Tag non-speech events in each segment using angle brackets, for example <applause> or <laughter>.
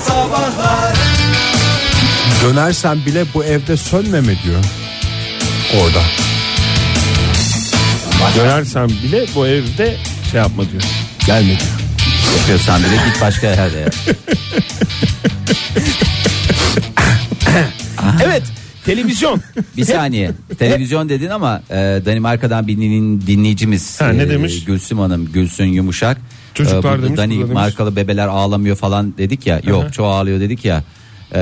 sabahlar Dönersen bile bu evde sönmeme diyor. Orada. Dönersen bile bu evde şey yapma diyor. Gelme diyor. Yapıyorsan bile git başka yerde yap. Evet televizyon. Bir saniye televizyon dedin ama e, Danimarka'dan bir din- dinleyicimiz e, Ha, ne demiş? Gülsüm Hanım Gülsün Yumuşak E, Çocuklar burada demiş, burada demiş. Danimarkalı bebeler ağlamıyor falan dedik ya yok çoğu ağlıyor dedik ya E,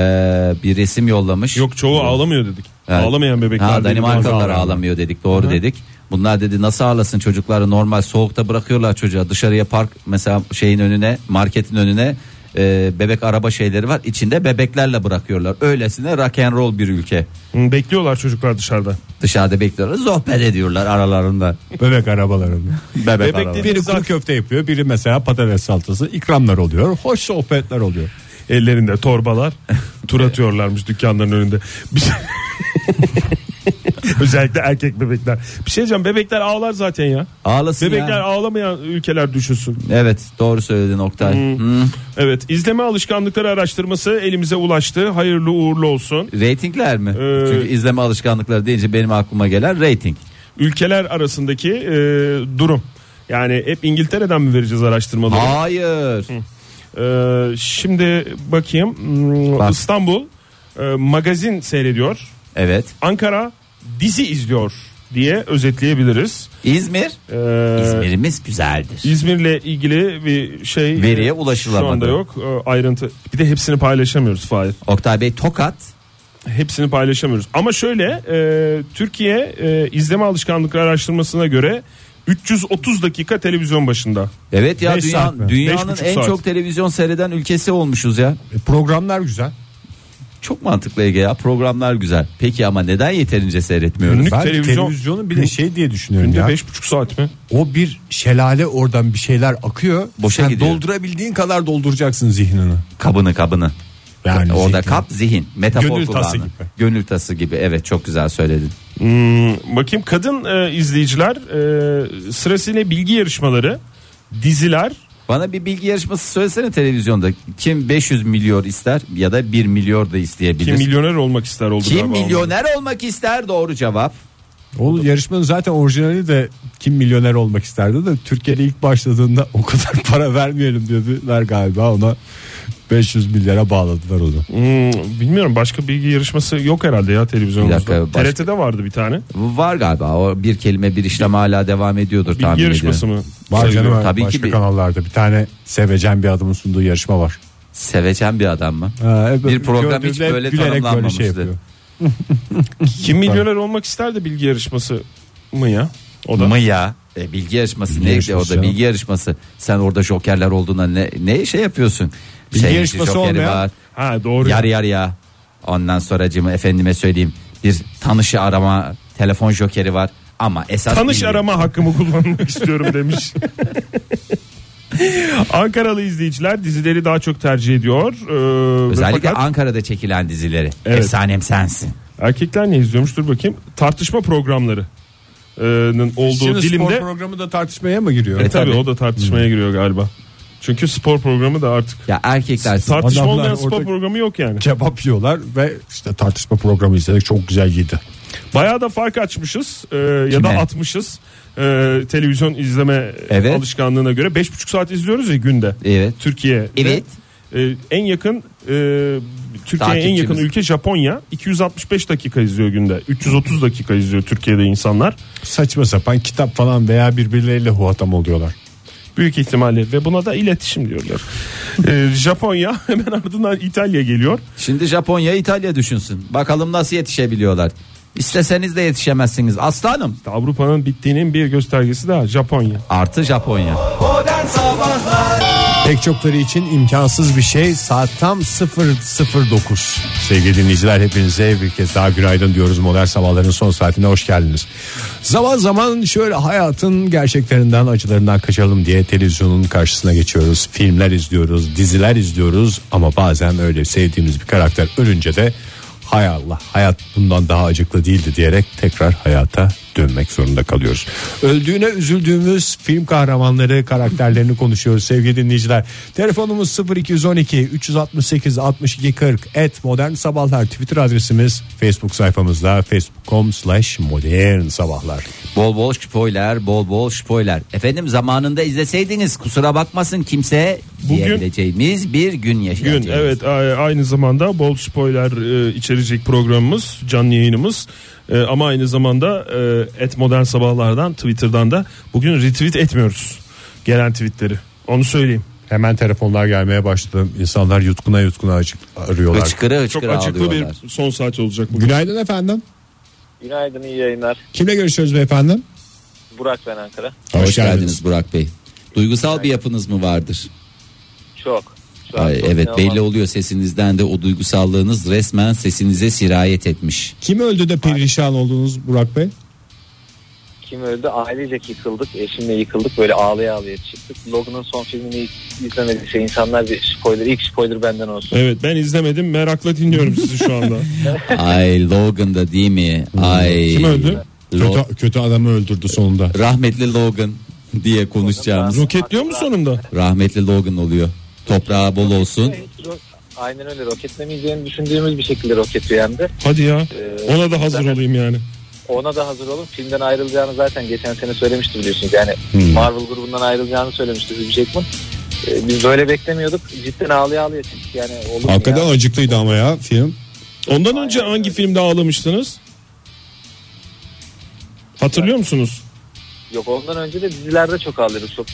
bir resim yollamış <laughs> Yok çoğu ağlamıyor dedik. Evet. Ağlamayan bebekler. Ha, dedi, bazı Danimarkalılar ağlayan. ağlamıyor dedik doğru dedik. Bunlar dedi nasıl ağlasın çocukları normal soğukta bırakıyorlar çocuğa dışarıya park mesela şeyin önüne marketin önüne e, bebek araba şeyleri var içinde bebeklerle bırakıyorlar. Öylesine rock and roll bir ülke. Hı, Bekliyorlar çocuklar dışarıda. Dışarıda bekliyorlar sohbet ediyorlar aralarında. Bebek arabalarında. Bebek, <laughs> Bebek arabaları. dedi- Biri kuru köfte yapıyor, biri mesela patates salatası, ikramlar oluyor, hoş sohbetler oluyor. Ellerinde torbalar tur <laughs> atıyorlarmış dükkanların önünde. <laughs> Bir şey... Özellikle erkek bebekler. Bir şey diyeceğim bebekler ağlar zaten ya. Ağlasın Bebekler ya. ağlamayan ülkeler düşünsün. Evet doğru söyledin Oktay. Hı. Evet izleme alışkanlıkları araştırması elimize ulaştı. Hayırlı uğurlu olsun. Reytingler mi? Ee, Çünkü izleme alışkanlıkları deyince benim aklıma gelen reyting. Ülkeler arasındaki e, durum. Yani hep İngiltere'den mi vereceğiz araştırmaları? Hayır. Ee, şimdi bakayım. Hmm, Bak. İstanbul e, magazin seyrediyor. Evet. Ankara dizi izliyor diye özetleyebiliriz. İzmir. Ee, İzmir'imiz güzeldir. İzmir'le ilgili bir şey Veriye e, ulaşılamadı. Şu anda yok. Ee, ayrıntı. Bir de hepsini paylaşamıyoruz Fahir. Oktay Bey Tokat. Hepsini paylaşamıyoruz. Ama şöyle e, Türkiye e, izleme alışkanlıkları araştırmasına göre 330 dakika televizyon başında. Evet ya Beş dünya- saat mi? Beş dünyanın buçuk en saat. çok televizyon seyreden ülkesi olmuşuz ya. E, programlar güzel. Çok mantıklı Ege ya programlar güzel. Peki ama neden yeterince seyretmiyoruz? Günlük Ben televizyon- televizyonun bir de şey diye düşünüyorum Günde ya. 5,5 saat mi? O bir şelale oradan bir şeyler akıyor. Boşa Sen gidiyor. doldurabildiğin kadar dolduracaksın zihnini. Kabını kabını. Yani Orada zihnini. kap zihin metafor Gönül tası kulağını. gibi. Gönül tası gibi evet çok güzel söyledin. Hmm, bakayım kadın e, izleyiciler e, sırasıyla bilgi yarışmaları, diziler. Bana bir bilgi yarışması söylesene televizyonda. Kim 500 milyon ister ya da 1 milyon da isteyebilir. Kim Kim, milyoner olmak ister oldu galiba onlar. milyoner olmak ister doğru cevap. O yarışmanın zaten orijinali de kim milyoner olmak isterdi de Türkiye'de ilk başladığında o kadar <laughs> para vermeyelim dediler galiba ona 500 milyara bağladılar onu. Hmm, bilmiyorum başka bilgi yarışması yok herhalde ya televizyonda. Bir dakika, başka- TRT'de vardı bir tane. Var galiba o bir kelime bir işlem hala devam ediyordur Bilgi tahmin yarışması ediyorum. mı? Var Sayılıyor. canım Tabii ki başka bir- kanallarda bir tane sevecen bir adamın sunduğu yarışma var. Sevecen bir adam mı? Ha, e, Bir program hiç gördüğünde böyle gülerek tanımlanmamıştı. şey yapıyor. Kim milyoner olmak isterdi bilgi yarışması mı ya? O da. Mı ya? E, bilgi yarışması Bilgi neydi yarışması orada ya. bilgi yarışması. Sen orada jokerler olduğuna ne ne şey yapıyorsun? Bilgi Şey, yarışması jokeri olmayan- var. Ha doğru. Yar yar ya. Ondan sonra efendime söyleyeyim. Bir tanışı arama telefon jokeri var. Ama esas Tanış bilgi- arama hakkımı kullanmak istiyorum <laughs> demiş. Ankaralı izleyiciler dizileri daha çok tercih ediyor. Ee, ve Özellikle fakat Ankara'da çekilen dizileri. Evet. Efsanem sensin. erkekler ne izliyormuş dur bakayım. Tartışma programları e, nın olduğu Şimdi dilimde. spor programı da tartışmaya mı giriyor? E, Evet. tabii, tabii. Hmm. o da tartışmaya giriyor galiba. Çünkü spor programı da artık Ya erkekler tartışma Adamlar olmayan spor orada- programı yok yani. Kebap yiyorlar ve işte tartışma programı izledik çok güzel yedi. Bayağı da fark açmışız e, ya da Kime? atmışız. e, televizyon izleme Evet. alışkanlığına göre 5,5 saat izliyoruz ya günde. Evet. Türkiye. Evet. en yakın e, Türkiye'ye en Takipçimiz. yakın ülke Japonya. 265 dakika izliyor günde. 330 dakika izliyor Türkiye'de insanlar. Saçma sapan kitap falan veya birbirleriyle huatam oluyorlar. Büyük ihtimalle ve buna da iletişim diyorlar. E, Japonya <laughs> hemen ardından İtalya geliyor. Şimdi Japonya İtalya düşünsün. Bakalım nasıl yetişebiliyorlar. İsteseniz de yetişemezsiniz. Aslanım Avrupa'nın bittiğinin bir göstergesi daha Japonya. artı Japonya. Modern Sabahlar Pek çokları için imkansız bir şey saat tam 0.09 Sevgili dinleyiciler hepinize bir kez daha günaydın diyoruz Modern Sabahların son saatine hoş geldiniz Zaman zaman şöyle hayatın gerçeklerinden acılarından kaçalım diye televizyonun karşısına geçiyoruz Filmler izliyoruz diziler izliyoruz ama bazen öyle sevdiğimiz bir karakter ölünce de Hay Allah hayat bundan daha acıklı değildi diyerek tekrar hayata dönmek zorunda kalıyoruz. Öldüğüne üzüldüğümüz film kahramanları karakterlerini konuşuyoruz sevgili dinleyiciler. Telefonumuz 0212 368 62 40 et modern sabahlar Twitter adresimiz Facebook sayfamızda facebook.com slash modern sabahlar. Bol bol spoiler, bol bol spoiler. Efendim zamanında izleseydiniz kusura bakmasın kimse Bugün- diyebileceğimiz bir gün Gün yaşayacağız. evet a- aynı zamanda bol spoiler e, içerecek programımız canlı yayınımız E, ama aynı zamanda e, et modern sabahlardan Twitter'dan da bugün retweet etmiyoruz gelen tweetleri onu söyleyeyim. Hemen telefonlar gelmeye başladı. İnsanlar yutkuna yutkuna açık arıyorlar. Hıçkıra Çok hıçkıra açıklı bir ağlıyorlar. son saat olacak bugün. Günaydın efendim. Günaydın iyi yayınlar. Kimle görüşüyoruz beyefendi? Burak ben Ankara. Hoş, geldiniz Burak Bey. Duygusal bir yapınız mı vardır? Çok. Şu an Ay, çok evet inanılmaz. belli oluyor sesinizden de o duygusallığınız resmen sesinize sirayet etmiş. Kim öldü de perişan oldunuz Burak Bey? Kim öldü? Ailecek yıkıldık. Eşimle yıkıldık. Böyle ağlaya ağlaya çıktık. Logan'ın son filmini izlemediyse insanlar bir spoiler. ilk spoiler benden olsun. Evet ben izlemedim merakla dinliyorum sizi şu anda. Ay Logan'da değil mi? Ay. Kim öldü? Lo- Kötü, kötü adamı öldürdü sonunda. rahmetli Logan diye konuşacağımız. Roketliyor mu sonunda? Rahmetli Logan oluyor. Toprağı bol olsun. Ro- Aynen öyle roketlemeyeceğini düşündüğümüz bir şekilde roket yendi. Hadi ya Ee, ona da hazır zaten- olayım yani. Ona da hazır olun. Filmden ayrılacağını zaten geçen sene söylemişti biliyorsunuz. Yani Hmm. Marvel grubundan ayrılacağını söylemişti Hugh Jackman. Ee, Biz böyle beklemiyorduk. Cidden ağlaya ağlaya çıktık. Yani olur mu Hakikaten ya? acıklıydı ama ya film. Ondan önce hangi filmde ağlamıştınız? Hatırlıyor musunuz? Yok ondan önce de dizilerde çok ağlıyorduk. Çok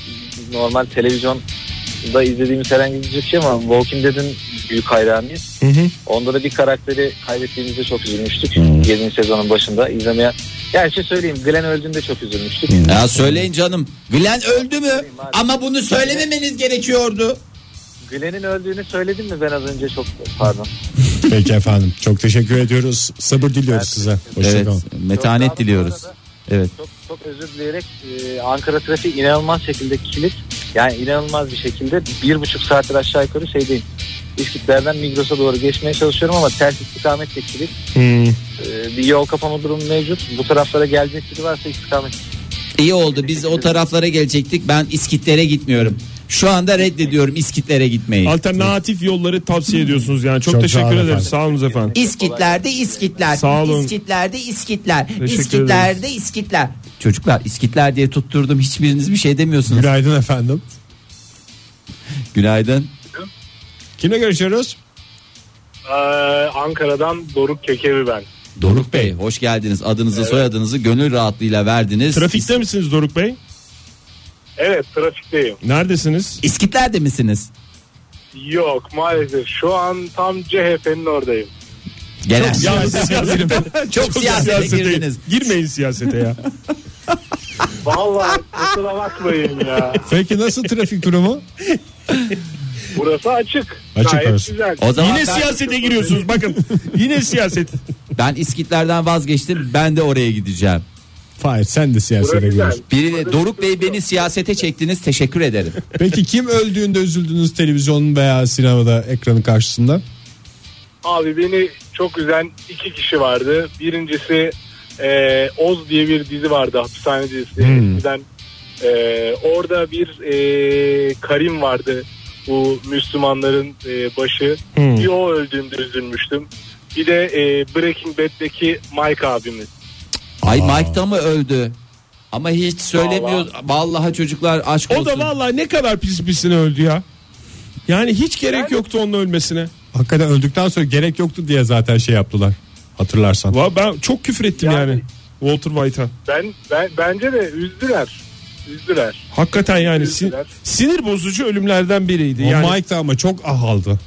normal televizyonda izlediğimiz herhangi bir şey ama Walking Dead'in büyük hayranıyız. Hı hı. Onda da bir karakteri kaybettiğimizde çok üzülmüştük. 7. sezonun başında izlemeye. Gerçi söyleyeyim Glenn öldüğünde çok üzülmüştük. Ya söyleyin canım. Glenn öldü mü? Ama bunu söylememeniz gerekiyordu. Glenn'in öldüğünü söyledim mi ben az önce çok pardon. Peki efendim. Çok teşekkür ediyoruz. Sabır diliyoruz size. Evet. Hoşçakalın. Çok sağ Metanet olun. diliyoruz. Bu arada Evet. Çok çok özür dileyerek e, Ankara trafiği inanılmaz şekilde kilit. Yani inanılmaz bir şekilde bir buçuk saattir aşağı yukarı şeydeyim. İskitlerden Migros'a doğru geçmeye çalışıyorum ama ters istikametle kilit. E, bir yol kapama durumu mevcut. Bu taraflara gelecek biri varsa istikamet. İyi oldu. Biz o taraflara gelecektik. Ben İskitlere gitmiyorum. Şu anda reddediyorum İskitlere gitmeyi. Alternatif yolları tavsiye ediyorsunuz yani. Çok, Çok teşekkür sağ olun ederiz. efendim. Sağ olun efendim. İskitlerde İskitler. Sağ olun. İskitlerde İskitler. Teşekkür İskitlerde İskitler. Çocuklar İskitler diye tutturdum. Hiçbiriniz bir şey demiyorsunuz. Günaydın efendim. Günaydın. Kimle görüşüyoruz? Ee, Ankara'dan Doruk Kekevi ben. Doruk Bey hoş geldiniz. Adınızı soyadınızı gönül rahatlığıyla verdiniz. Trafikte misiniz Doruk Bey? Evet trafikteyim. Neredesiniz? İskitlerde misiniz? Yok maalesef şu an tam CHP'nin oradayım. Genel. Yalnız <laughs> <laughs> siyasete- Çok siyasete girdiniz. Girmeyin <laughs> siyasete ya. Vallahi kusura bakmayın ya. Peki nasıl trafik durumu? Burası açık. Açık Gayet orası. güzel. O zaman Yine ben, siyasete giriyorsunuz bakın. Yine siyaset. ben İskitler'den vazgeçtim. Ben de oraya gideceğim. Fahir sen de Burası siyasete güzel. giriyorsun. Birine Doruk Bey beni siyasete çektiniz. Teşekkür ederim. Peki kim öldüğünde üzüldünüz televizyon veya sinemada ekranın karşısında? Abi beni çok üzen iki kişi vardı. Birincisi e, Oz diye bir dizi vardı hapishane dizisi. Eskiden, e, orada bir e, Karim vardı. Bu Müslümanların e, başı. Bir o öldüğünde üzülmüştüm. Bir de e, Breaking Bad'deki Mike abimiz. Ay Mike da mı öldü? Ama hiç söylemiyor. Vallahi, çocuklar aşk O olsun. da vallahi ne kadar pis pisine öldü ya. Yani hiç gerek yoktu onun ölmesine. Hakikaten öldükten sonra gerek yoktu diye zaten şey yaptılar. Hatırlarsan. Va- Ben çok küfür ettim yani. Yani- Walter White'a. Ben, ben bence de üzdüler. Üzdüler. Hakikaten yani sin- sinir bozucu ölümlerden biriydi. O Yani Mike de ama çok ah aldı.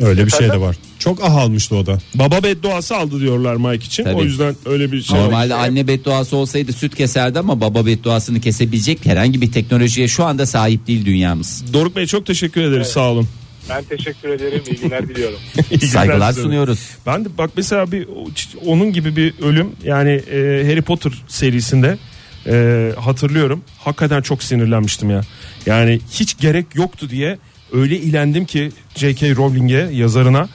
Öyle bir şey de var. Çok ah almıştı o da. baba bedduası aldı diyorlar Mike için. Tabii. O yüzden öyle bir şey. Normalde anne bedduası olsaydı süt keserdi ama baba bedduasını kesebilecek herhangi bir teknolojiye şu anda sahip değil dünyamız. Doruk Bey çok teşekkür ederiz sağ olun. Ben teşekkür ederim. İyi günler diliyorum. İyi günler Saygılar size. sunuyoruz. Ben de bak mesela bir o- ç- onun gibi bir ölüm yani e, Harry Potter serisinde e, hatırlıyorum. Hakikaten çok sinirlenmiştim ya. Yani hiç gerek yoktu diye öyle ilendim ki J.K. Rowling'e yazarına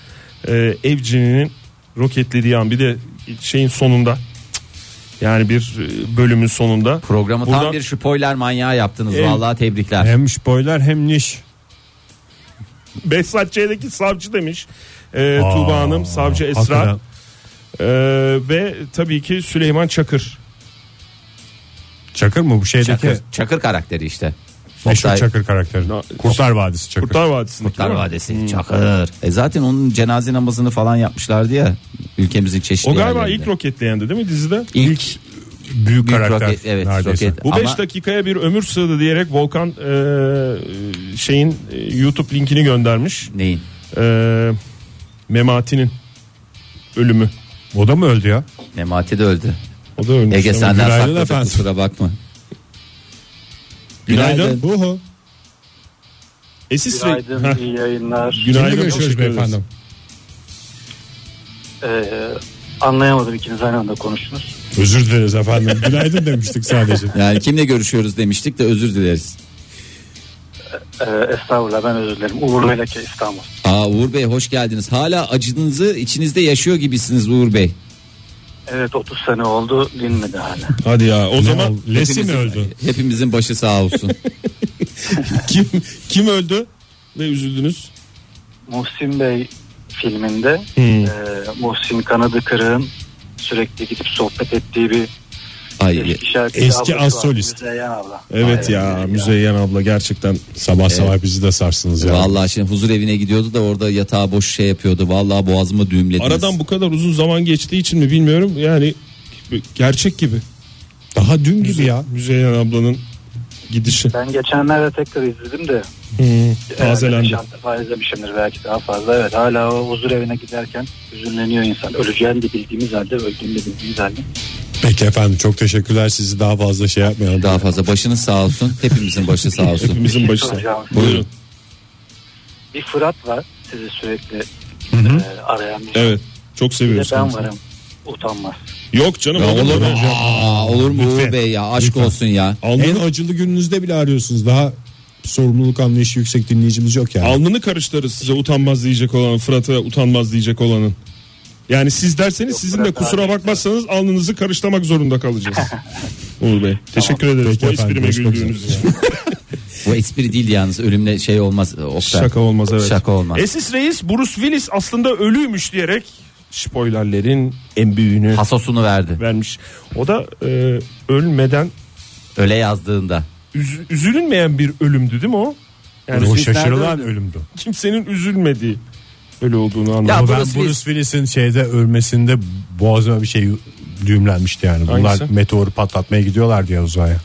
e, evcinin roketlediği an bir de şeyin sonunda cık, Yani bir e, bölümün sonunda. Programı Buradan- tam bir spoiler manyağı yaptınız. Evet. Vallahi tebrikler. Hem spoiler hem niş. <laughs> Behzat Ç'deki savcı demiş. Ee, Aa, Tuğba Hanım, savcı Esra hakikaten. ee, ve tabii ki Süleyman Çakır. Çakır mı bu şeydeki Çakır, Çakır karakteri işte. meşhur Oktay- Çakır karakteri. Kurtlar Vadisi Çakır. Kurtlar Vadisi'ndeki Kurtlar değil mi? Hmm. Vadisi Çakır. E zaten onun cenaze namazını falan yapmışlardı ya ülkemizin çeşitli O galiba yerlerinde. ilk roketleyendi değil mi dizide? ilk büyük, büyük karakter. roket evet neredeyse. roket. Bu Ama 5 dakikaya bir ömür sığdı diyerek Volkan ee, şeyin ee, YouTube linkini göndermiş. neyin? Ee, Memati'nin ölümü. O da mı öldü ya? Memati de öldü. O da ölmüş. Ege ama senden günaydın sakladık efendim. kusura bakma. Günaydın. Uhu. Esis Rey- Günaydın, Heh, iyi yayınlar. Kimle Günaydın. görüşüyoruz Teşekkür ederiz. beyefendim? Ee, anlayamadım ikiniz aynı anda konuştunuz. Özür dileriz efendim. Günaydın <laughs> demiştik sadece. Yani kimle görüşüyoruz demiştik de özür dileriz. Ee, estağfurullah ben özür dilerim. Uğur Meleke İstanbul. Aa Uğur Bey hoş geldiniz. Hala acınızı içinizde yaşıyor gibisiniz Uğur Bey. Evet 30 sene oldu dinmedi hala. Hadi ya o O zaman zaman Lesi mi Hepimizin- öldü? Hepimizin başı <laughs> sağ olsun. <laughs> kim kim öldü ve üzüldünüz? Muhsin Bey filminde e, Muhsin kanadı kırığın sürekli gidip sohbet ettiği bir Ay eski şarkıcı Eski ablası var, asolist. Müzeyyen abla. Evet Aynen, ya Müzeyyen abla gerçekten Sabah sabah bizi de sarsınız ya. Vallahi şimdi huzur evine gidiyordu da orada yatağa boş şey yapıyordu. Vallahi boğazımı düğümlediniz. aradan bu kadar uzun zaman geçtiği için mi bilmiyorum yani gerçek gibi. Daha dün gibi Müze- ya. Müzeyyen ablanın gidişi. Ben geçenlerde tekrar izledim de Hmm. Tazelendi. Şantı falan izlemişimdir belki daha fazla. Evet hala o huzur evine giderken hüzünleniyor insan. Öleceğini de bildiğimiz halde öldüğünü de bildiğimiz halde. Peki efendim çok teşekkürler sizi daha fazla şey yapmayalım. daha fazla başınız sağ olsun. Hepimizin başı sağ olsun. Hepimizin Bir şey başına. soracağım. Buyurun. Bir Fırat var sizi sürekli e, arayan bir Evet. Çok Bir de seviyoruz. ben kendisini. varım. Utanmaz. Yok canım. Ya olur olur mu? mu? Aa, olur mu Uğur Lütfen. Bey ya aşk Lütfen. olsun ya. En Alnını, acılı gününüzde bile arıyorsunuz. Daha sorumluluk anlayışı yüksek dinleyicimiz yok yani. alnını karıştırır size utanmaz diyecek olanın. Fırat'a utanmaz diyecek olanın. Yani siz derseniz sizin de Fırat kusura abi. bakmazsanız alnınızı karışlamak <laughs> zorunda kalacağız. Uğur Bey. Teşekkür ederiz. Peki Bu efendim, esprime görüşmek güldüğünüz üzere. için. Bu espri değil yalnız ölümle şey olmaz. Oktay. Şaka olmaz evet. Şaka olmaz. Esis Reis Bruce Willis aslında ölüymüş diyerek spoilerlerin en büyüğünü Hasosunu verdi. <laughs> vermiş. O da e, ölmeden Öyle yazdığında. üz- üzülünmeyen bir ölümdü değil mi o? Yani o siz şaşırılan nerede- ölümdü. kimsenin üzülmediği ölü olduğunu anladım. Ya Ama ben Bruce Bruce, Willis- Willis'in şeyde ölmesinde boğazıma bir şey düğümlenmişti yani. Bunlar Hangisi? meteoru patlatmaya gidiyorlar diye uzaya.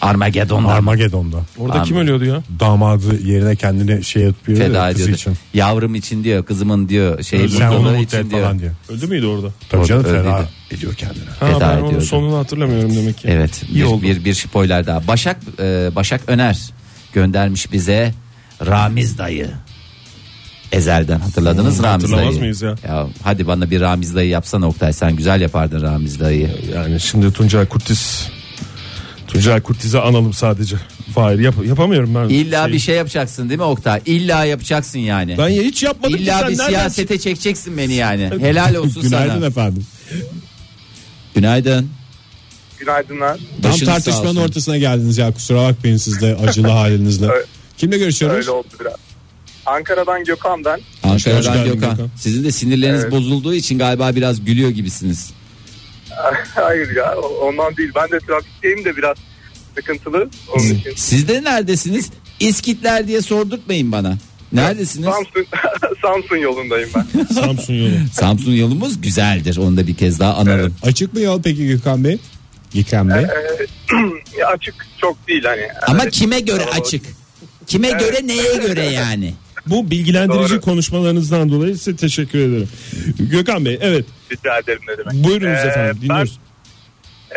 Armageddon'da. Armageddon'da. Orada Abi. kim ölüyordu ya? Damadı yerine kendini şey yapıyor ya, feda kızı ediyordu. için. Yavrum için diyor, kızımın diyor, şey Sen onu mutluluğu mutlu et için diyor. falan diyor. Öldü müydü orada? Tabii Orada canım öyleydi. feda ediyor kendine. Ha, Feda ben onun ediyordu. sonunu hatırlamıyorum demek ki. Evet, İyi bir, oldu. bir bir spoiler daha. Başak e, Başak Öner göndermiş bize Ramiz dayı. Ezelden hatırladınız Hmm, Ramiz hatırlamaz dayı. mıyız ya? hadi bana bir Ramiz dayı yapsana Oktay sen güzel yapardın Ramiz dayıyı. Yani şimdi Tuncay Kurtiz Tuncay Kurtiz'i analım sadece. Fahir yap, yapamıyorum ben. İlla Şey- bir şey yapacaksın değil mi Oktay? İlla yapacaksın yani. Ben ya hiç yapmadım ki İlla sen bir nereden siyasete çekeceksin beni yani. Helal olsun Günaydın sana. efendim. Günaydın. <laughs> Günaydınlar. Tam Başınız sağ tartışmanın olsun. ortasına geldiniz ya kusura bakmayın siz de <laughs> acılı halinizle. Öyle- Kimle görüşüyoruz? Öyle oldu biraz. Ankara'dan Gökhan ben. Hoş Ankara'dan geldin Gökhan. Gökhan. Sizin de sinirleriniz bozulduğu için galiba biraz gülüyor gibisiniz. Hayır ya o- ondan değil. Ben de trafikteyim de biraz sıkıntılı onun için. Siz de neredesiniz? İskitler diye sordurtmayın bana. Neredesiniz? Samsun, <laughs> Samsun yolundayım ben. <laughs> Samsun yolu. Samsun yolumuz güzeldir. Onu da bir kez daha analım. Açık mı yol peki Gökhan Bey? Gökhan Bey. Ya açık çok değil hani. Ama Evet, kime göre kalabalık. açık? Kime göre neye göre yani? Bu bilgilendirici Doğru. konuşmalarınızdan dolayı size teşekkür ederim. Gökhan Bey evet Rica ederim ne demek. buyurunuz Ee, efendim dinliyoruz. Ben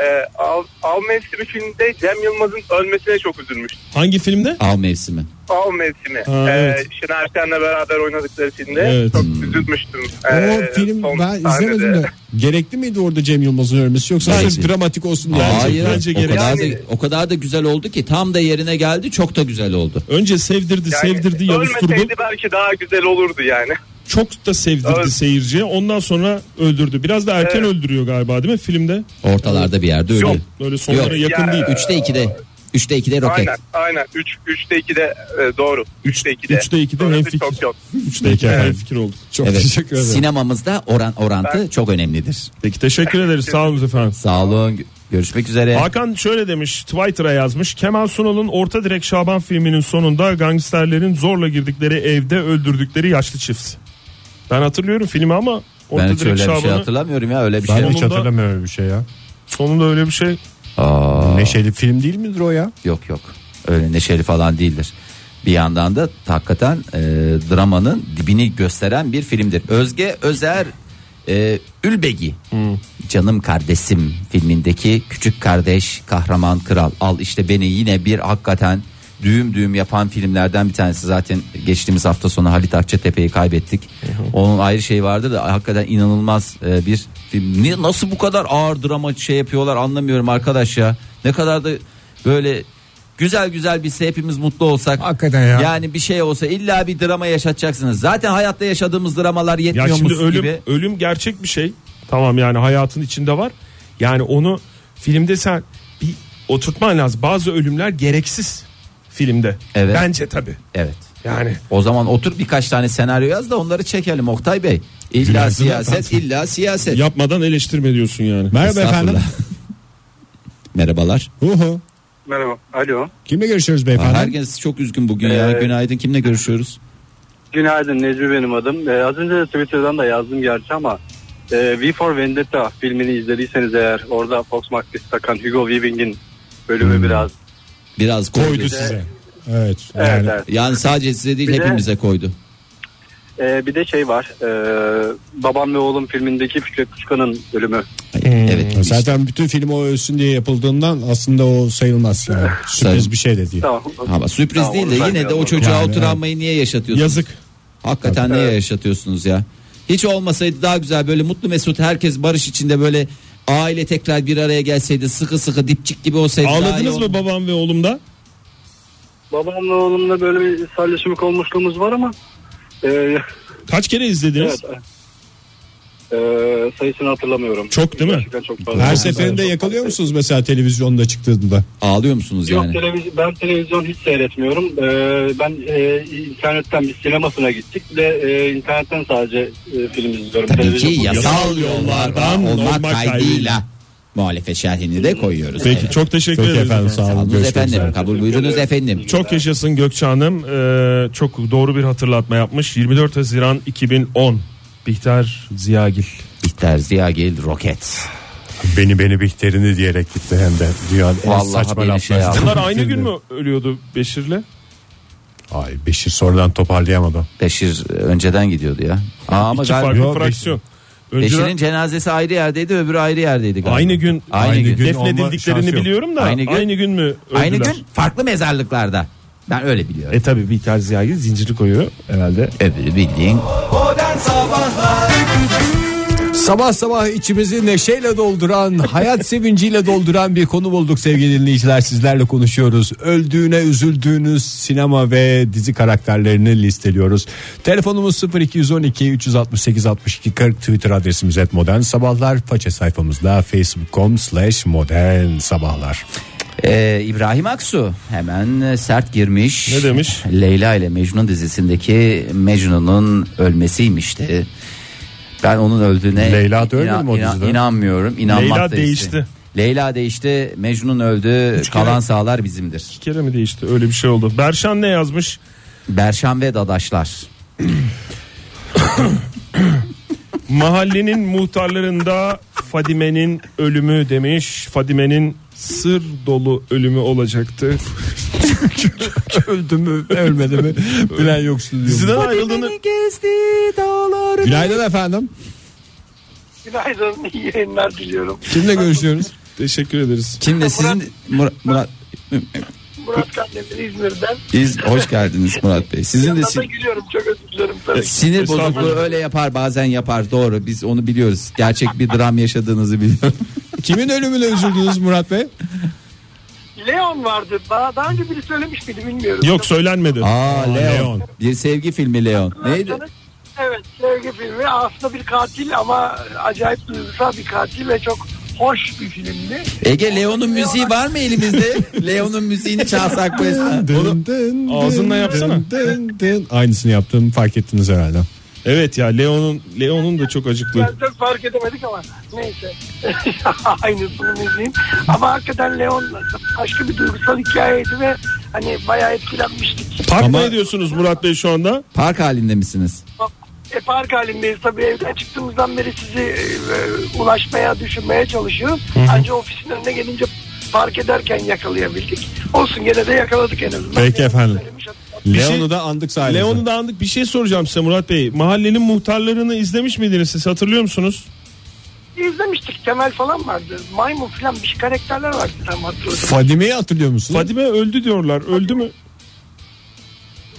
e, Al, Al Mevsimi filminde Cem Yılmaz'ın ölmesine çok üzülmüştüm. Hangi filmde? Av mevsimi. Al Mevsimi. Ha, Ee, evet. Şener Şen'le beraber oynadıkları filmde Evet. çok üzülmüştüm. Ee, o film son ben sahnede. izlemedim de gerekli miydi orada Cem Yılmaz'ın ölmesi yoksa Bence- sırf dramatik olsun diye. Hayır. bence o gerek- kadar Yani- da o kadar da güzel oldu ki tam da yerine geldi. Çok da güzel oldu. Önce sevdirdi Yani sevdirdi yavuşturdu. Ölmeseydi belki daha güzel olurdu yani. Çok da sevdirdi Evet. seyirciye. Ondan sonra öldürdü. Biraz da erken Evet. öldürüyor galiba değil mi filmde? Ortalarda bir yerde Yok. ölüyor. Öyle sonlara Yok. yakın Ya, değil. e, 3'te 2'de. 3'te 2'de roket. Aynen aynen. 3 3'te 2'de e, doğru. 3'te 2'de. üçte ikide Sonrası hemfikir. Çok yok. Üçte iki efendim. fikir oldu. Çok Evet. teşekkür ederim. Sinemamızda oran orantı çok önemlidir. Peki teşekkür ederiz. Sağ olun efendim. Sağ olun. Görüşmek üzere. Hakan şöyle demiş Twitter'a yazmış. Kemal Sunal'ın Orta Direk Şaban filminin sonunda gangsterlerin zorla girdikleri evde öldürdükleri yaşlı çift. Ben hatırlıyorum filmi ama ben hiç Orta Direk öyle bir şey Şaban'ı hatırlamıyorum ya öyle bir ben şey. hiç Sonunda- hatırlamıyorum öyle bir şey ya. sonunda öyle bir şey. Aa, Neşeli film değil midir o ya? yok yok. Öyle neşeli falan değildir. Bir yandan da hakikaten e, dramanın dibini gösteren bir filmdir. Özge Özer e, Ülbegi. Canım Kardeşim filmindeki küçük kardeş kahraman kral. Al işte beni yine bir hakikaten düğüm düğüm yapan filmlerden bir tanesi. Zaten geçtiğimiz hafta sonu Halit Akçatepe'yi kaybettik. Onun ayrı şey vardı da hakikaten inanılmaz e, bir film. Niye, nasıl bu kadar ağır drama şey yapıyorlar anlamıyorum arkadaş ya. Ne kadar da böyle güzel güzel bitse hepimiz mutlu olsak. Hakikaten ya. Yani bir şey olsa illa bir drama yaşatacaksınız. Zaten hayatta yaşadığımız dramalar Ya şimdi yetmiyormuş ölüm gibi. ölüm gerçek bir şey. Tamam yani hayatın içinde var. Yani onu filmde sen bir oturtman lazım. Bazı ölümler gereksiz filmde. Evet. Bence tabii. Evet. Yani O zaman otur birkaç tane senaryo yaz da onları çekelim Oktay Bey. İlla Günaydın siyaset, illa siyaset. yapmadan eleştirme diyorsun yani. Merhaba Estağfurullah. efendim. <laughs> Merhabalar. Uhu. Merhaba. Alo. Kimle görüşüyoruz Aa, beyefendi? Herkes çok üzgün bugün ya. Ee, Günaydın. Kimle görüşüyoruz? Günaydın Necmi benim adım. Ee, az önce de Twitter'dan da yazdım gerçi ama e, V for Vendetta filmini izlediyseniz eğer orada Fox Magnus takan Hugo Weaving'in bölümü Hmm. biraz. Biraz koydu. Koydu size. Evet. Evet, yani evet. Yani sadece size değil Bir de- hepimize koydu. Ee, bir de şey var. e, Babam ve Oğlum filmindeki Fikret Kuşkan'ın bölümü. Ee, Evet. işte. Zaten bütün film o ölsün diye yapıldığından aslında o sayılmaz yani. Sürpriz Sayılmaz. bir şey de değil. Tamam. Ama sürpriz Tamam, değil onu de ben yine de o yapamam. çocuğa Yani, o travmayı niye yaşatıyorsunuz? Yazık. Hakikaten niye yaşatıyorsunuz ya? Hiç olmasaydı daha güzel böyle mutlu mesut herkes barış içinde böyle aile tekrar bir araya gelseydi sıkı sıkı dipçik gibi olsaydı. daha iyi Ağladınız olurdu. mı babam ve oğlumda? Babamla oğlumla böyle bir salleşimlik olmuşluğumuz var ama <laughs> e, Kaç kere izlediniz? evet. E, sayısını hatırlamıyorum. Çok değil mi? Gerçekten çok fazla. Her Çok seferinde fazla. yakalıyor musunuz mesela televizyonda çıktığında? Ağlıyor musunuz Yok yani? televiz- ben televizyon hiç seyretmiyorum. Ee, ben e, internetten bir sinemasına gittik ve e, internetten sadece e, film izliyorum. Tabii Televizyon ki kullanıyorum. yasal yollardan yollardan olmak olmak kaydıyla muhalefet şerhini de koyuyoruz. Peki Evet. çok teşekkür Peki ederim. efendim sağ olun. Sağolunuz Görüşmek efendim. üzere. Kabul buyurunuz efendim. Çok yaşasın Gökçe Hanım. Ee, çok doğru bir hatırlatma yapmış. 24 Haziran 2010. Bihter Ziyagil. İhtar Ziyagil Roket. Beni beni bihterini diyerek gitti hem de. Dünyanın en Vallahi saçma beni lafları. şey yaptı. Bunlar aynı gün mü ölüyordu Beşir'le? Ay Beşir sonradan toparlayamadı. Beşir e, önceden gidiyordu ya. Aa, ama İki galiba farklı Yo, fraksiyon. Önceden Beşir'in cenazesi ayrı yerdeydi öbürü ayrı yerdeydi galiba. aynı gün Aynı, Aynı gün. gün. defnedildiklerini şansı yok. biliyorum da aynı Aynı gün, gün- mü öldüler? Aynı gün farklı mezarlıklarda. Ben öyle biliyorum. E tabi Bihter Ziyagil zinciri koyuyor herhalde. Öbürü bildiğin Modern Sabahlar Sabah sabah içimizi neşeyle <laughs> dolduran, hayat sevinciyle dolduran bir konu bulduk sevgili dinleyiciler. Sizlerle konuşuyoruz. Öldüğüne üzüldüğünüz sinema ve dizi karakterlerini listeliyoruz. Telefonumuz 0212 368 62 40 Twitter adresimiz et modern sabahlar. Faça sayfamızda facebook.com slash modern sabahlar. Ee, İbrahim Aksu hemen e, sert girmiş. Ne demiş? Leyla ile Mecnun dizisindeki Mecnun'un ölmesiymişti. Ben onun öldüğüne Leyla da ölmedi mi o dizide? inanmıyorum. İnanmak Leyla da değişti. istedim. Leyla değişti. Mecnun öldü. Üç kere- Kalan sağlar bizimdir. İki kere mi değişti? Öyle bir şey oldu. Berşan ne yazmış? Berşan ve Dadaşlar. Mahallenin muhtarlarında Fadime'nin ölümü demiş. Fadime'nin sır dolu ölümü olacaktı. <laughs> Öldü mü ölmedi mi bilen yoksun Diziden ayrıldığını Günaydın efendim. Günaydın iyi yayınlar diliyorum Kimle görüşüyoruz? teşekkür ederiz. Şimdi sizin Murat, Murat Murat Kandemir İzmir'den İz- hoş geldiniz Murat Bey. Sizin de Yanına da sin- gülüyorum çok özür dilerim tabii sinir bozukluğu Estağfurullah. öyle yapar bazen yapar doğru biz onu biliyoruz. Gerçek bir dram yaşadığınızı <laughs> biliyorum. Kimin ölümüne üzüldünüz Murat Bey? Leon vardı daha, daha önce biri söylemiş miydi bilmiyorum Yok söylenmedi. Aa, Leon. Leon. Bir sevgi filmi Leon. Neydi? Evet Sevgi filmi aslında bir katil ama acayip duygusal bir katil ve çok hoş bir filmdi. Ege Leon'un müziği var mı <laughs> elimizde? Leon'un müziğini çalsak bu esna. Dın dın ağzınla dın yapsana. dın dın. Aynısını yaptım fark ettiniz herhalde. Evet ya Leon'un Leon'un da çok Yani acıklı. çok fark edemedik ama neyse. <laughs> Aynısını izleyeyim. Ama hakikaten Leon başka bir duygusal hikayeydi ve hani bayağı etkilenmiştik. Park Ama- ne diyorsunuz Murat Bey şu anda? Park halinde misiniz? E park halindeyiz tabii evden çıktığımızdan beri sizi e, ulaşmaya düşünmeye çalışıyoruz. Ancak ofisin önüne gelince park ederken yakalayabildik. Olsun gene de yakaladık en azından. Peki efendim. Leon'u şey- da andık sayenizde. Leon'u da andık bir şey soracağım size Murat Bey. Mahallenin muhtarlarını izlemiş miydiniz siz hatırlıyor musunuz? İzlemiştik temel falan vardı. Maymun falan bir şey karakterler vardı tam hatırladım. Fadime'yi hatırlıyor musun? Fadime öldü diyorlar. Öldü mü?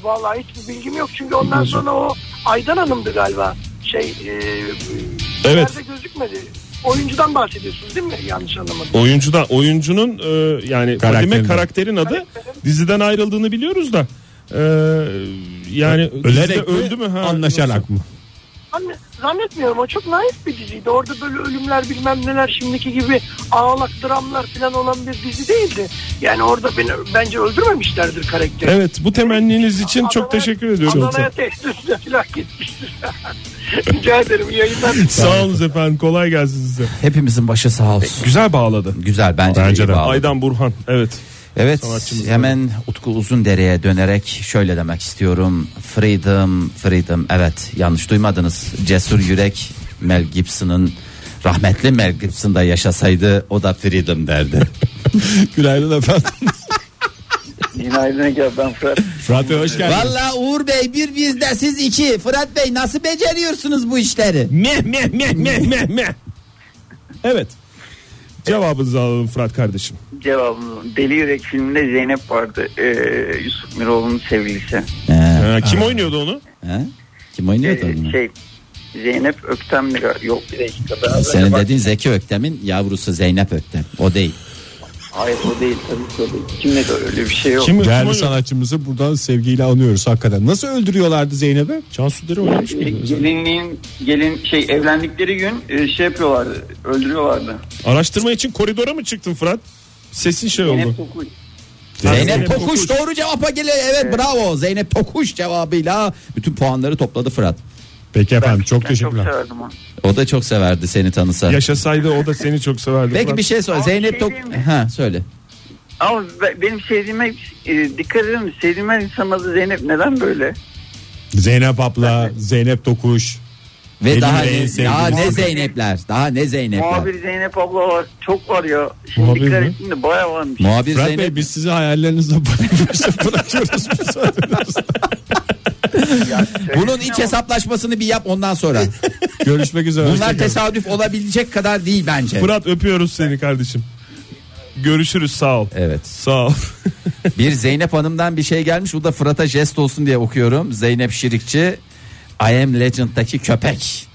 Vallahi hiçbir bilgim yok çünkü ondan sonra o Aydan Hanım'dı galiba. Şey e, Evet. nerede gözükmedi. Oyuncudan bahsediyorsunuz değil mi? Yanlış anlamadım. Oyuncudan oyuncunun e, yani Fadime Karakterin karakterin adı Karakterin- diziden ayrıldığını biliyoruz da. e, yani Ölerek dizide mi, öldü mü ha? Anlaşarak mı? Anne, zannetmiyorum o çok naif bir diziydi. Orada böyle ölümler bilmem neler şimdiki gibi ağlak dramlar falan olan bir dizi değildi. Yani orada beni bence öldürmemişlerdir karakteri. Evet bu temenniniz için çok Adana'ya- teşekkür ediyorum. Adana'ya testisle falan gitmiştir. <laughs> Rica ederim iyi yayınlar. Sağ olun efendim kolay gelsin size. Hepimizin başı sağ olsun. Güzel bağladı. Güzel bence, Bence iyi de. bağlı. Aydan Burhan evet. Evet Sanatçımız hemen Utku Uzundere'ye dönerek şöyle demek istiyorum. Freedom, freedom evet yanlış duymadınız. Cesur Yürek Mel Gibson'ın rahmetli Mel Gibson da yaşasaydı o da freedom derdi. Günaydın efendim. Günaydın Ege ben Fırat. Fırat Bey hoş geldiniz. Valla Uğur Bey bir bizde siz iki. Fırat Bey nasıl beceriyorsunuz bu işleri? Meh meh meh meh meh meh. Evet. Cevabınızı alalım Fırat kardeşim. Cevabım Deli Yürek filminde Zeynep vardı. Ee, Yusuf Miroğlu'nun sevgilisi. He, Ee, kim oynuyordu onu? he? Kim oynuyordu Ee, onu? şey Zeynep Öktem mi? Yok bir dakika. Ben Senin bak- dediğin Zeki Öktem'in yavrusu Zeynep Öktem. O değil. Hayır o değil tabii ki o değil. Kimle de öyle bir şey yok. Kim, kim Değerli oynuyordu? sanatçımızı buradan sevgiyle anıyoruz hakikaten. Nasıl öldürüyorlardı Zeynep'i? Cansu Dere oynamış Ee, mıydı? Gelinliğin gelin şey evlendikleri gün e, şey yapıyorlardı öldürüyorlardı. Araştırma için koridora mı çıktın Fırat? Sesin şey oldu. Zeynep Tokuş. Zeynep, Zeynep Tokuş, Tokuş. doğru cevaba geliyor. Evet, bravo. Zeynep Tokuş cevabıyla bütün puanları topladı Fırat. Peki efendim çok Ben çok teşekkürler. severdim onu. O da çok severdi seni tanısa. Yaşasaydı o da seni çok severdi. Peki Fırat. bir şey sor. Abi, Zeynep şey Tok diyeyim mi? ha söyle. Ama be- benim sevdiğime e, dikkat edin mi? Sevdiğim her insanın adı Zeynep neden böyle? Zeynep abla, Zeynep Tokuş. Ve Benim daha de en ne, sevdiğim daha ne muhabir. Zeynepler? Daha ne Zeynepler? Muhabir, Muhabir Zeynep abla var. Çok var ya. Şimdi Muhabir dikkat mi? ettim de bayağı varmış. Fırat Zeynep. Bey biz sizi hayallerinizle başa bırakıyoruz. bu saatten Bunun iç hesaplaşmasını bir yap ondan <laughs> sonra. sonra. Görüşmek üzere. hoşça Bunlar kalın. tesadüf olabilecek kadar değil bence. Fırat öpüyoruz seni kardeşim. Görüşürüz sağ ol. Evet. Sağ ol. Bir Zeynep Hanım'dan bir şey gelmiş. Bu da Fırat'a jest olsun diye okuyorum. Zeynep Şirikçi. I am Legend'daki köpek.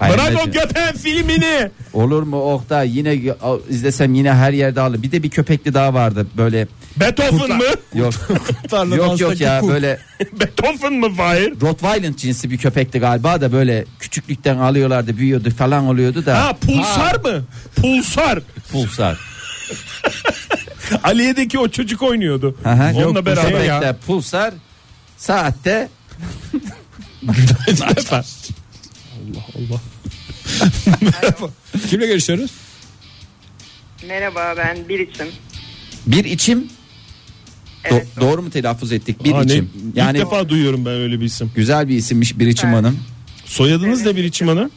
I am Bravo Legend. köpeğin filmini. Olur mu Oktay yine gö- izlesem yine her yerde alır. Bir de bir köpekli daha vardı böyle Beethoven mı? <laughs> <laughs> yok Tarla yok yok danstaki ya kurt. böyle Beethoven mı Fahir? Rottweiler cinsi bir köpekti galiba da böyle küçüklükten alıyorlardı büyüyordu falan oluyordu da Ha pulsar mı? Pulsar. pulsar. Aliye'deki o çocuk oynuyordu. Aha, Onunla yok, bu şey beraber. köpekte pulsar saatte <laughs> Kimle görüşüyoruz? Merhaba ben Biricim. bir içim Do- Evet. doğru mu telaffuz ettik bir Aa, ne- içim. İlk Yani defa duyuyorum ben öyle bir isim. güzel bir isimmiş bir içim Evet. hanım. Soyadınız da bir içim hanım.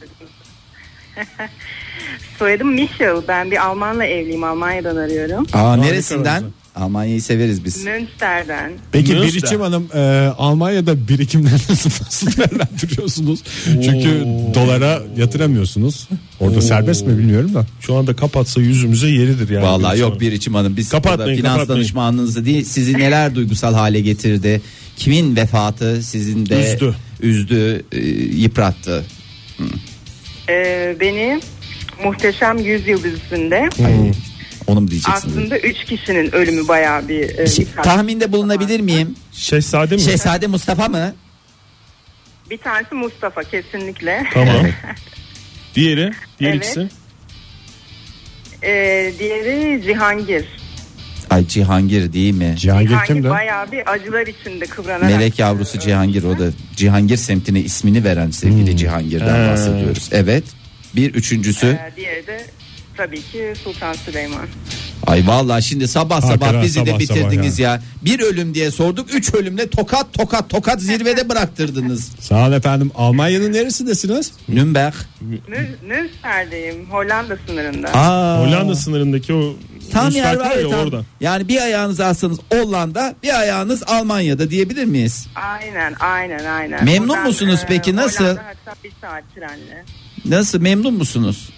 Soyadım Michel. Ben bir Almanla evliyim. Almanya'dan arıyorum. Aa neresinden? güzel. Almanya'yı severiz biz. Münster'den. Peki Münster. Biriçim Hanım e, Almanya'da birikimlerinizi nasıl değerlendiriyorsunuz? Çünkü dolara yatıramıyorsunuz. Orada serbest mi bilmiyorum da. Şu anda kapatsa yüzümüze yeridir yani. Vallahi Biricim yok hanım. bir içim hanım. Biz Kapatmayın, burada finans kapatmayın. danışmanınızı değil sizi neler duygusal hale getirdi? Kimin vefatı sizin de Üzdü. üzdü, e, yıprattı. Ee, beni Muhteşem Yüzyıl dizisinde Onu mu diyeceksiniz? aslında üç kişinin ölümü bayağı bir... e, Bir şey- dikkat- tahminde bulunabilir miyim? Şehzade mi? Şehzade Mustafa mı? Bir tanesi Mustafa kesinlikle. Tamam. Diğeri, diğer Evet. ikisi. Ee, diğeri Cihangir. Ay Cihangir değil mi? Cihangir Cihangir bayağı bir acılar içinde kıvranarak. e, Melek yavrusu Cihangir o da Cihangir semtine ismini veren sevgili Cihangir'den He. bahsediyoruz. Evet. Bir üçüncüsü. Ee, diğeri de tabii ki Sultan Süleyman. Ay vallahi şimdi sabah sabah Hakikaten bizi de sabah sabah bitirdiniz ya. Bir ölüm diye sorduk. Üç ölümle tokat tokat tokat zirvede bıraktırdınız. Sağ olun efendim. Almanya'nın neresindesiniz? Nürnberg. Nür- Nürnberg'deyim Hollanda sınırında. Aa. Hollanda sınırındaki o Tam yer müstakil var ya, ya tam. orada. Yani bir ayağınız aslında Hollanda, bir ayağınız Almanya'da diyebilir miyiz? Aynen aynen aynen. e, Memnun musunuz peki, nasıl? Hollanda hatta bir saat trenle. Nasıl memnun musunuz?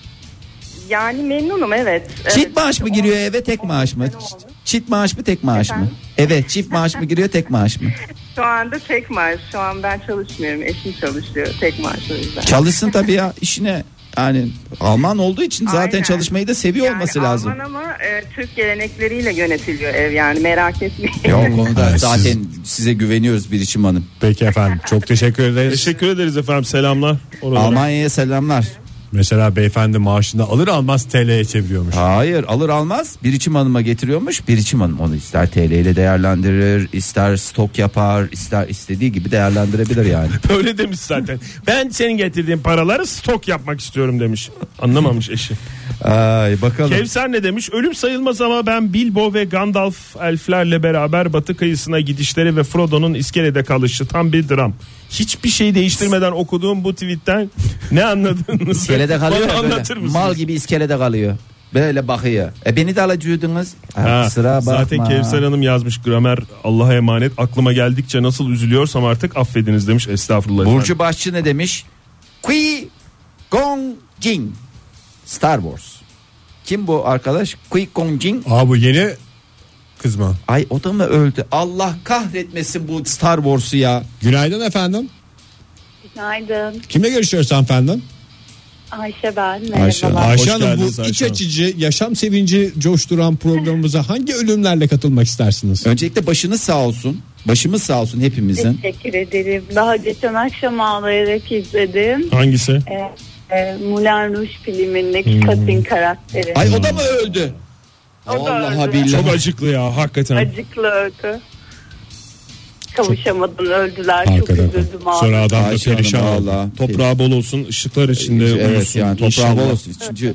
Yani memnunum evet. Çift Evet, maaş mı on- giriyor eve tek on maaş mı? sene oldu. Çift maaş mı tek maaş mı? Efendim? Evet çift maaş mı giriyor tek maaş mı? Şu anda tek maaş. Şu an ben çalışmıyorum. Eşim çalışıyor. Tek maaş o yüzden. Çalışsın tabii ya işine yani Alman olduğu için zaten Aynen. çalışmayı da seviyor Yani olması lazım. Alman ama e, Türk gelenekleriyle yönetiliyor ev yani merak etmeyin. Yok o konuda Yani zaten size güveniyoruz Biricim Hanım. Peki efendim. Çok teşekkür ederiz. Teşekkür ederiz efendim selamlar. Oralara. Almanya'ya selamlar. Mesela beyefendi maaşını alır almaz TL'ye çeviriyormuş. Hayır alır almaz Biricim Hanım'a getiriyormuş. Biricim Hanım onu ister TL ile değerlendirir, ister stok yapar, ister istediği gibi değerlendirebilir <laughs> yani. Öyle demiş zaten. Ben senin getirdiğin paraları stok yapmak istiyorum demiş. <laughs> Anlamamış eşi. Ay bakalım. Kevser ne demiş? Ölüm sayılmaz ama ben Bilbo ve Gandalf elflerle beraber batı kıyısına gidişleri ve Frodo'nun iskelede kalışı tam bir dram. Hiçbir şey değiştirmeden okuduğum bu tweetten ne anladınız? İskelede kalıyor Bana ya böyle. anlatır mısınız? Mal gibi iskelede kalıyor. Böyle bakıyor. E beni de alacıyordunuz. Ha, Ha, sıra bakma. Zaten Kevser Hanım yazmış gramer Allah'a emanet aklıma geldikçe nasıl üzülüyorsam artık affediniz demiş estağfurullah. efendim. Burcu Başçı ne demiş? Qui Gong Jin. Star Wars. Kim bu arkadaş? Qui Gong Jin. Aa bu yeni kızma. Ay o da mı öldü? Allah kahretmesin bu Star Wars'u ya. Günaydın efendim. Günaydın. Kimle görüşüyoruz hanımefendi? Ayşe ben. Ayşe. Merhabalar. Ayşe Hoş Hanım bu geldiniz Ayşe iç Hanım. açıcı, yaşam sevinci coşturan programımıza hangi ölümlerle katılmak istersiniz? Öncelikle başınız sağ olsun. Başımız sağ olsun hepimizin. Teşekkür ederim. Daha geçen akşam ağlayarak izledim. Hangisi? Ee, e, Moulin Rouge filmindeki kadın karakteri. Hmm. Ay o da mı öldü? O da Vallahi öldü. billahi. Çok acıklı ya hakikaten. Acıklı öldü. Kavuşamadan öldüler. Hakikaten. Çok üzüldüm Sonra ağladım. adam da Ayşe Hanım, perişan oldu. vallahi. Toprağı bol olsun, ışıklar içinde Evet uyusun yani toprağı inşallah. bol olsun. Çünkü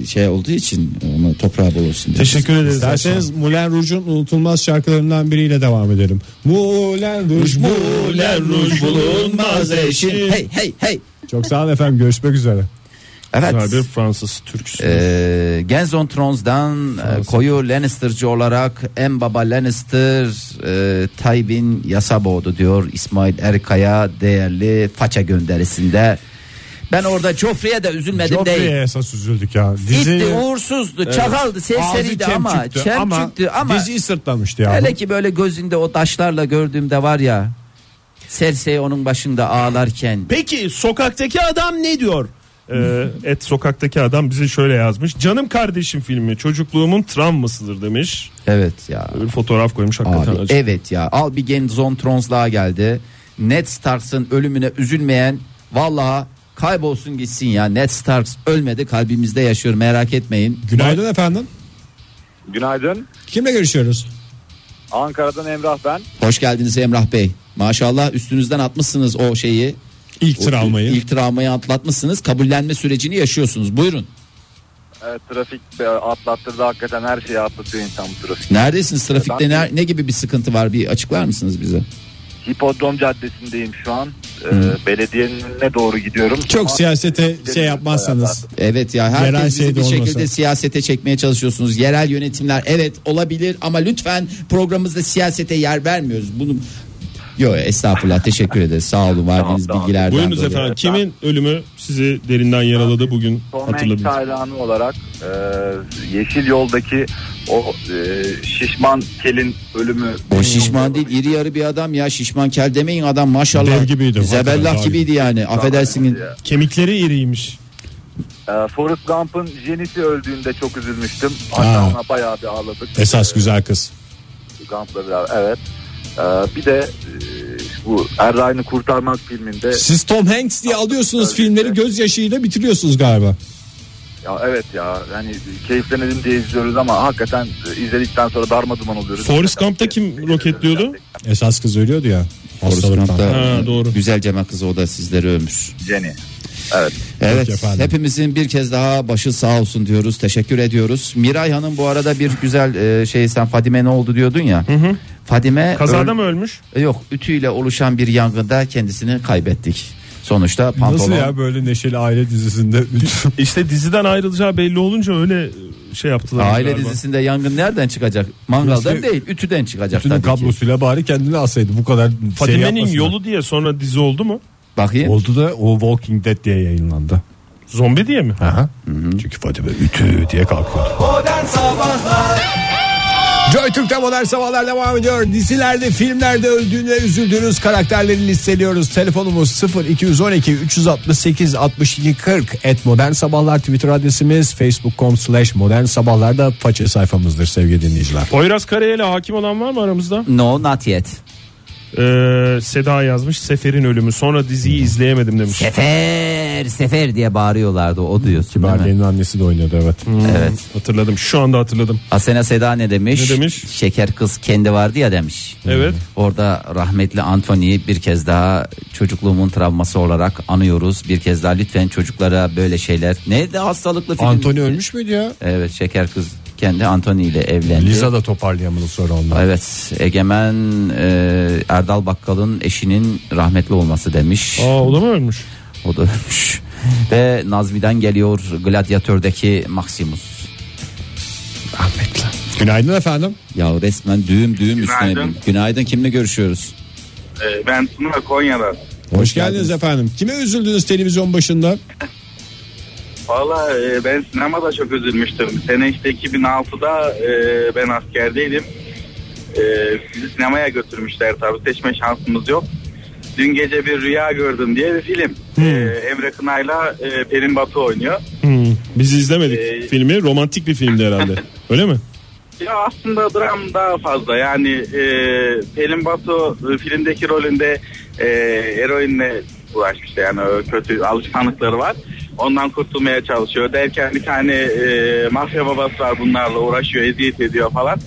e, şey olduğu için ona toprağı bol olsun. diyoruz. Teşekkür ederiz. İsterseniz Moulin Rouge'un unutulmaz şarkılarından biriyle devam edelim. Moulin Rouge, Moulin Rouge bulunmaz eşi. Hey hey hey. Çok sağ olun efendim görüşmek üzere. Evet. Güzel bir Fransız türküsü. Ee, Genzon Trons'dan e, koyu Lannister'cı olarak en baba Lannister e, Tayyip'in yasa boğdu diyor İsmail Erkaya değerli faça gönderisinde. Ben orada Joffrey'e de üzülmedim değil. Joffrey'e Ee, esas üzüldük ya. Gitti Dizi uğursuzdu, çakaldı, serseriydi ama çemçüktü ama, çemçüktü ama, diziyi sırtlamıştı ya. hele ki böyle gözünde o taşlarla gördüğümde var ya Cersei onun başında ağlarken Peki sokaktaki adam ne diyor? Ee, et sokaktaki adam bize şöyle yazmış. Canım kardeşim filmi çocukluğumun travmasıdır demiş. evet ya. Bir fotoğraf koymuş hakikaten. Abi, acı. evet ya al bir Genzon Trons daha geldi. Ned Stark'ın ölümüne üzülmeyen vallahi kaybolsun gitsin ya. Ned Stark ölmedi kalbimizde yaşıyor merak etmeyin. Günaydın efendim. Günaydın. Kimle görüşüyoruz? Ankara'dan Emrah ben. Hoş geldiniz Emrah Bey. Maşallah üstünüzden atmışsınız o şeyi. İlk O travmayı. İlk travmayı atlatmışsınız. Kabullenme sürecini yaşıyorsunuz. Buyurun. Evet, E, trafik de atlattırdı hakikaten her şeyi atlatıyor insan bu trafik. Neredesiniz Ben- trafikte? Ne, ne gibi bir sıkıntı var? Bir açıklar mısınız bize? Hipodrom Caddesi'ndeyim şu an. Ee, Hmm. belediyenin önüne doğru gidiyorum. Çok Ama- siyasete şey yapmazsanız. Evet ya Yerel herkes bizi şeyde bir olmasa. şekilde siyasete çekmeye çalışıyorsunuz. Yerel yönetimler evet olabilir ama lütfen programımızda siyasete yer vermiyoruz. Bunu Yo estağfurullah teşekkür ederiz. Sağ olun Tamam, verdiğiniz tamam. bilgilerden Buyurunuz dolayı. efendim. Kimin ölümü sizi derinden yaraladı bugün Tom Hanks hatırladınız? hayranı olarak e, Yeşil Yol'daki o e, şişman kelin ölümü. O şişman değil iri yarı bir adam ya şişman kel demeyin adam maşallah. Dev gibiydi, hakikaten, Zebellah gibiydi yani affedersin. Ya. Kemikleri iriymiş. E, Ee, Forrest Gump'ın jenisi öldüğünde çok üzülmüştüm. Aa. Hatta ona bayağı bir ağladık. Esas E, güzel kız. Gump'la beraber evet. Ee, E, bir de e, bu Errani Kurtarmak filminde. Siz Tom Hanks diye alıyorsunuz filmleri gözyaşıyla bitiriyorsunuz galiba. Ya evet ya yani keyiflenelim diye izliyoruz ama hakikaten e, izledikten sonra darma duman oluyoruz. Forrest Gump'ta kim roketliyordu? Esas kız ölüyordu ya. Hastalıktan. Ha, doğru. Güzel Cemal kızı o da sizleri ömür. Jenny. Evet. Evet hepimizin bir kez daha başı sağ olsun diyoruz teşekkür ediyoruz. Miray Hanım bu arada bir güzel e, şey sen Fadime ne oldu diyordun ya. Fadime Kazada öl- mı ölmüş? Yok ütüyle oluşan bir yangında kendisini kaybettik. Sonuçta Nasıl pantolon ya böyle neşeli aile dizisinde <laughs> İşte diziden ayrılacağı belli olunca öyle şey yaptılar. aile galiba. dizisinde yangın nereden çıkacak? Mangaldan Nasıl- değil ütüden çıkacak Bütün tabii ki. kablosuyla bari kendini asaydı bu kadar şey Fadime'nin yapmasın. yolu diye sonra dizi oldu mu? Bakayım. Oldu da o Walking Dead diye yayınlandı. Zombi diye mi? Aha. Çünkü Fadime ütü diye kalkıyordu. Modern Sabahlar Joy Türk'te modern sabahlar devam ediyor. Dizilerde, filmlerde öldüğünü ve üzüldüğünüz karakterleri listeliyoruz. Telefonumuz 0212 368 62 40 et modern sabahlar Twitter adresimiz facebook.com slash modern sabahlar da faça sayfamızdır sevgili dinleyiciler. Poyraz Karayel'e hakim olan var mı aramızda? No not yet. Ee, Seda yazmış Sefer'in ölümü sonra diziyi izleyemedim demiş. Sefer sefer diye bağırıyorlardı o diyorsun değil mi? Berlin'in annesi de oynuyordu evet. Evet. Hatırladım şu anda hatırladım. Asena Seda ne demiş? Ne demiş? Şeker kız kendi vardı ya demiş. Evet. Orada rahmetli Anthony bir kez daha çocukluğumun travması olarak anıyoruz. Bir kez daha lütfen çocuklara böyle şeyler. Neydi hastalıklı film? Anthony ölmüş müydü ya? Evet şeker kız kendi Anthony ile evlendi. Liza da toparlayamadı sonra ondan. Evet Egemen e, Erdal Bakkal'ın eşinin rahmetli olması demiş. Aa o da mı ölmüş? O da ölmüş. Ve Nazmi'den geliyor Gladiatör'deki Maximus. Günaydın efendim. Ya resmen düğüm düğüm üstüne. Günaydın. bin- Günaydın kimle görüşüyoruz? Ee, ben Tuna Konya'dan. Hoş, geldiniz, efendim. Kime üzüldünüz televizyon başında? Valla e, ben sinemada çok üzülmüştüm. Sene işte 2006'da e, ben askerdeydim. E, bizi sinemaya götürmüşler tabii. Seçme şansımız yok. Dün gece bir rüya gördüm diye bir film. E, Emre Kınay'la e, Pelin Batu oynuyor. Hmm, Biz izlemedik Ee, filmi. Romantik bir filmdi herhalde. Öyle mi? Ya aslında dram daha fazla. Yani e, Pelin Batu e, filmdeki rolünde e, eroinle uğraşmıştı. Yani o kötü alışkanlıkları var. Ondan kurtulmaya çalışıyor. Derken bir tane e, mafya babası var bunlarla uğraşıyor, eziyet ediyor falan.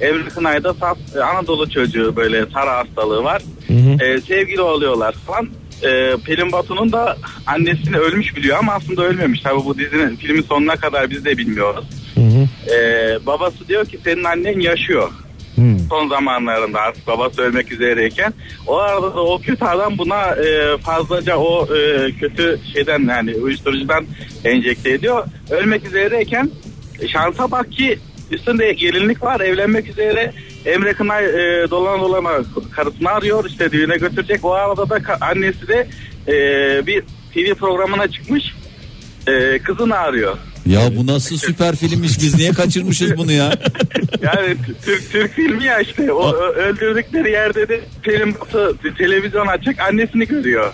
Evli Kınay'da saf e, Anadolu çocuğu böyle tara hastalığı var. E, sevgili oluyorlar falan. E, Pelin Batu'nun da annesini ölmüş biliyor ama aslında ölmemiş. Tabii bu dizinin filmin sonuna kadar biz de bilmiyoruz. Ee, babası diyor ki senin annen yaşıyor. Son zamanlarında artık babası ölmek üzereyken. O arada da o kötü adam buna e, fazlaca o e, kötü şeyden yani uyuşturucudan enjekte ediyor. Ölmek üzereyken e, şansa bak ki üstünde gelinlik var evlenmek üzere. Emre Kınay e, dolan dolama karısını arıyor işte düğüne götürecek. O arada da ka- annesi de e, bir TV programına çıkmış. E, kızını arıyor. Ya bu nasıl süper filmmiş biz niye kaçırmışız bunu ya? <laughs> Yani Türk, Türk filmi ya işte o ö- öldürdükleri yerde de Pelin Batu televizyon açık annesini görüyor.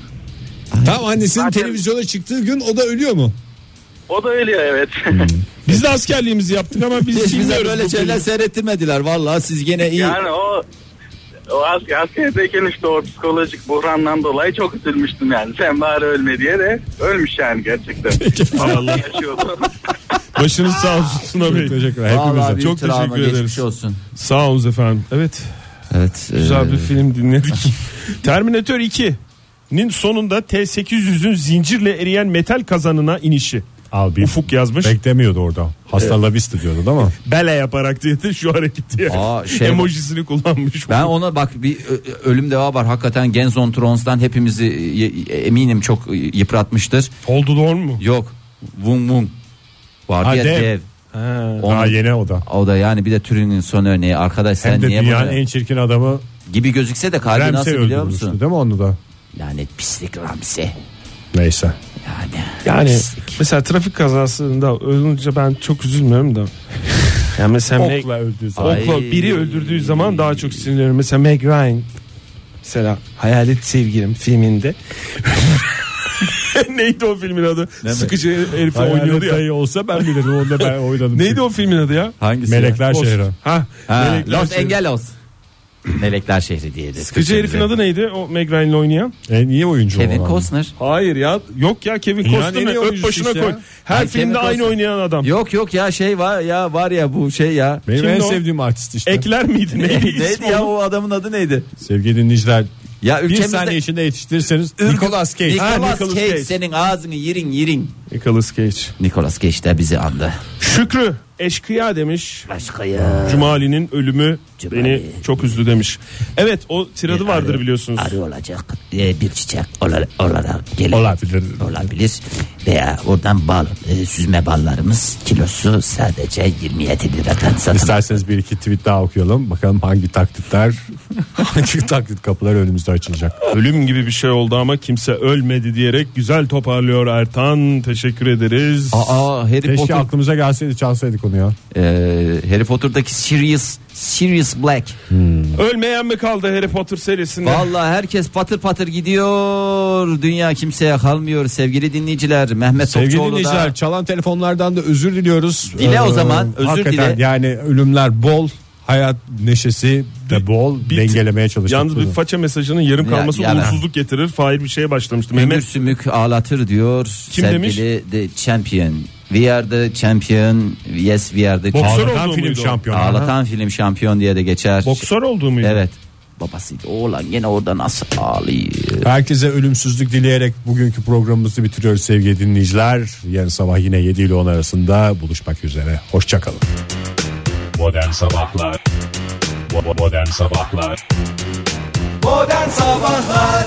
Tam annesinin televizyona çıktığı gün o da ölüyor mu? O da ölüyor evet. Biz de askerliğimizi yaptık ama <laughs> biz Hiç bize bilmiyoruz. böyle bu şeyler filmi. seyrettirmediler. Vallahi siz gene <laughs> iyi. yani o o as- askerdeyken işte o psikolojik buhrandan dolayı çok üzülmüştüm yani. Sen bari ölme diye de ölmüş yani gerçekten. Ama yaşıyordu. Başınız sağ olsun Tuna Bey. teşekkürler. Vallahi Hepimize. büyük Çok travma, teşekkür ederiz. Geçmiş olsun. Sağ olun efendim. Evet. Evet. Güzel e, bir film dinledik. <laughs> Terminator 2'nin sonunda T800'ün zincirle eriyen metal kazanına inişi. Al bir Ufuk yazmış. beklemiyordu orada. Hasta La Vista diyordu değil mi? Bele yaparak diye de şu hareketi yani. Aa, şey- Emojisini kullanmış. Ben ona bak bir ö- ö- ölüm deva var. Hakikaten Genzon Trons'dan hepimizi y- eminim çok y- yıpratmıştır. Oldu doğru mu? Yok. Vung Vung. Var Ha, ya dev. dev. Ha. Onun- Daha yeni o da. o da yani bir de türünün son örneği. Arkadaş sen Hem de niye dünyanın böyle en çirkin adamı gibi gözükse de kalbi nasıl Ramsey biliyor öldürmüştü musun? değil mi onu da? Lanet pislik Ramse. Neyse. Yani. Yani pislik. mesela trafik kazasında ölünce ben <laughs> çok üzülmüyorum da. Yani mesela Meg- Okla öldü zaten. Ay. okla biri öldürdüğü zaman daha çok sinirleniyorum. Mesela Meg Ryan. Mesela Hayalet Sevgilim filminde. <laughs> Neydi o filmin adı? Sıkıcı herif oynuyordu Hayalet ya. dayı olsa ben bilirim <laughs> onda ben oynadım. Neydi o filmin adı ya? Hangisi? Melekler Olsun. Şehri. Ha, Ha, Melekler Los Şehri. Engelos. <clears throat> Melekler Şehri diye de. Sıkıcı herifin adı neydi? O Meg Ryan'la oynayan. E, niye oyuncu Kevin olan? Costner. Hayır ya. Yok ya Kevin Ya Costner. ne ne? diyor Öp oyuncusu başına işte koy. ya? Her Ay, filmde Kevin aynı Costner. oynayan adam. Yok yok ya şey var ya var ya bu şey ya. Benim en sevdiğim artist işte. Ekler miydi? <laughs> Neydi neydi ismi ya o adamın adı neydi? Sevgili dinleyiciler ya bir ülkemizde- saniye içinde yetiştirirseniz Nicolas Cage. Nicolas, Ha, Cage, senin ağzını yirin yirin. Nicolas Cage. Nicolas Cage de bizi andı. Şükrü eşkıya demiş. Eşkıya. Cumali'nin ölümü beni çok üzdü demiş. Evet o tiradı vardır biliyorsunuz. Arı olacak e, bir çiçek ola- olarak gelir. Olabilir. Olabilir. Veya oradan bal, e, süzme ballarımız kilosu sadece 27 liradan satın. İsterseniz bir iki tweet daha okuyalım. Bakalım hangi taktikler <laughs> hangi taklit kapıları önümüzde açılacak. Ölüm gibi bir şey oldu ama kimse ölmedi diyerek güzel toparlıyor Ertan. Teşekkür ederiz. Aa, Harry Keşke Potter- aklımıza gelseydi çalsaydık onu ya. Ee, Harry Potter'daki Sirius, Sirius Black. Ölmeyen mi kaldı Harry Potter serisinde? Vallahi herkes patır patır gidiyor. Dünya kimseye kalmıyor sevgili dinleyiciler. Mehmet Sevgili Topçuoğlu dinleyiciler da çalan telefonlardan da özür diliyoruz. Ee, Dile o zaman, özür hakikaten dile. Yani ölümler bol, hayat neşesi de bol. dengelemeye çalıştık. Yalnız bir bunu. faça mesajının yarım Ya- kalması yani- umutsuzluk getirir. Fahir bir şeye başlamıştı. Mehmet Mehmet sümük ağlatır diyor. Kim sevgili The Champion. We are the champion. Yes we are the Boksör champion. Ağlatan olduğu film muydu o? şampiyonu. Ağlatan film şampiyon diye de geçer. boksör olduğu muydu? şey- Evet. Babasıydı. Oğlan gene orada nasıl ağlıyor. Herkese ölümsüzlük dileyerek bugünkü programımızı bitiriyoruz sevgili dinleyiciler. Yarın sabah yine 7 ile 10 arasında buluşmak üzere. Hoşçakalın. Modern Sabahlar Bo- bo- Modern Sabahlar Modern Sabahlar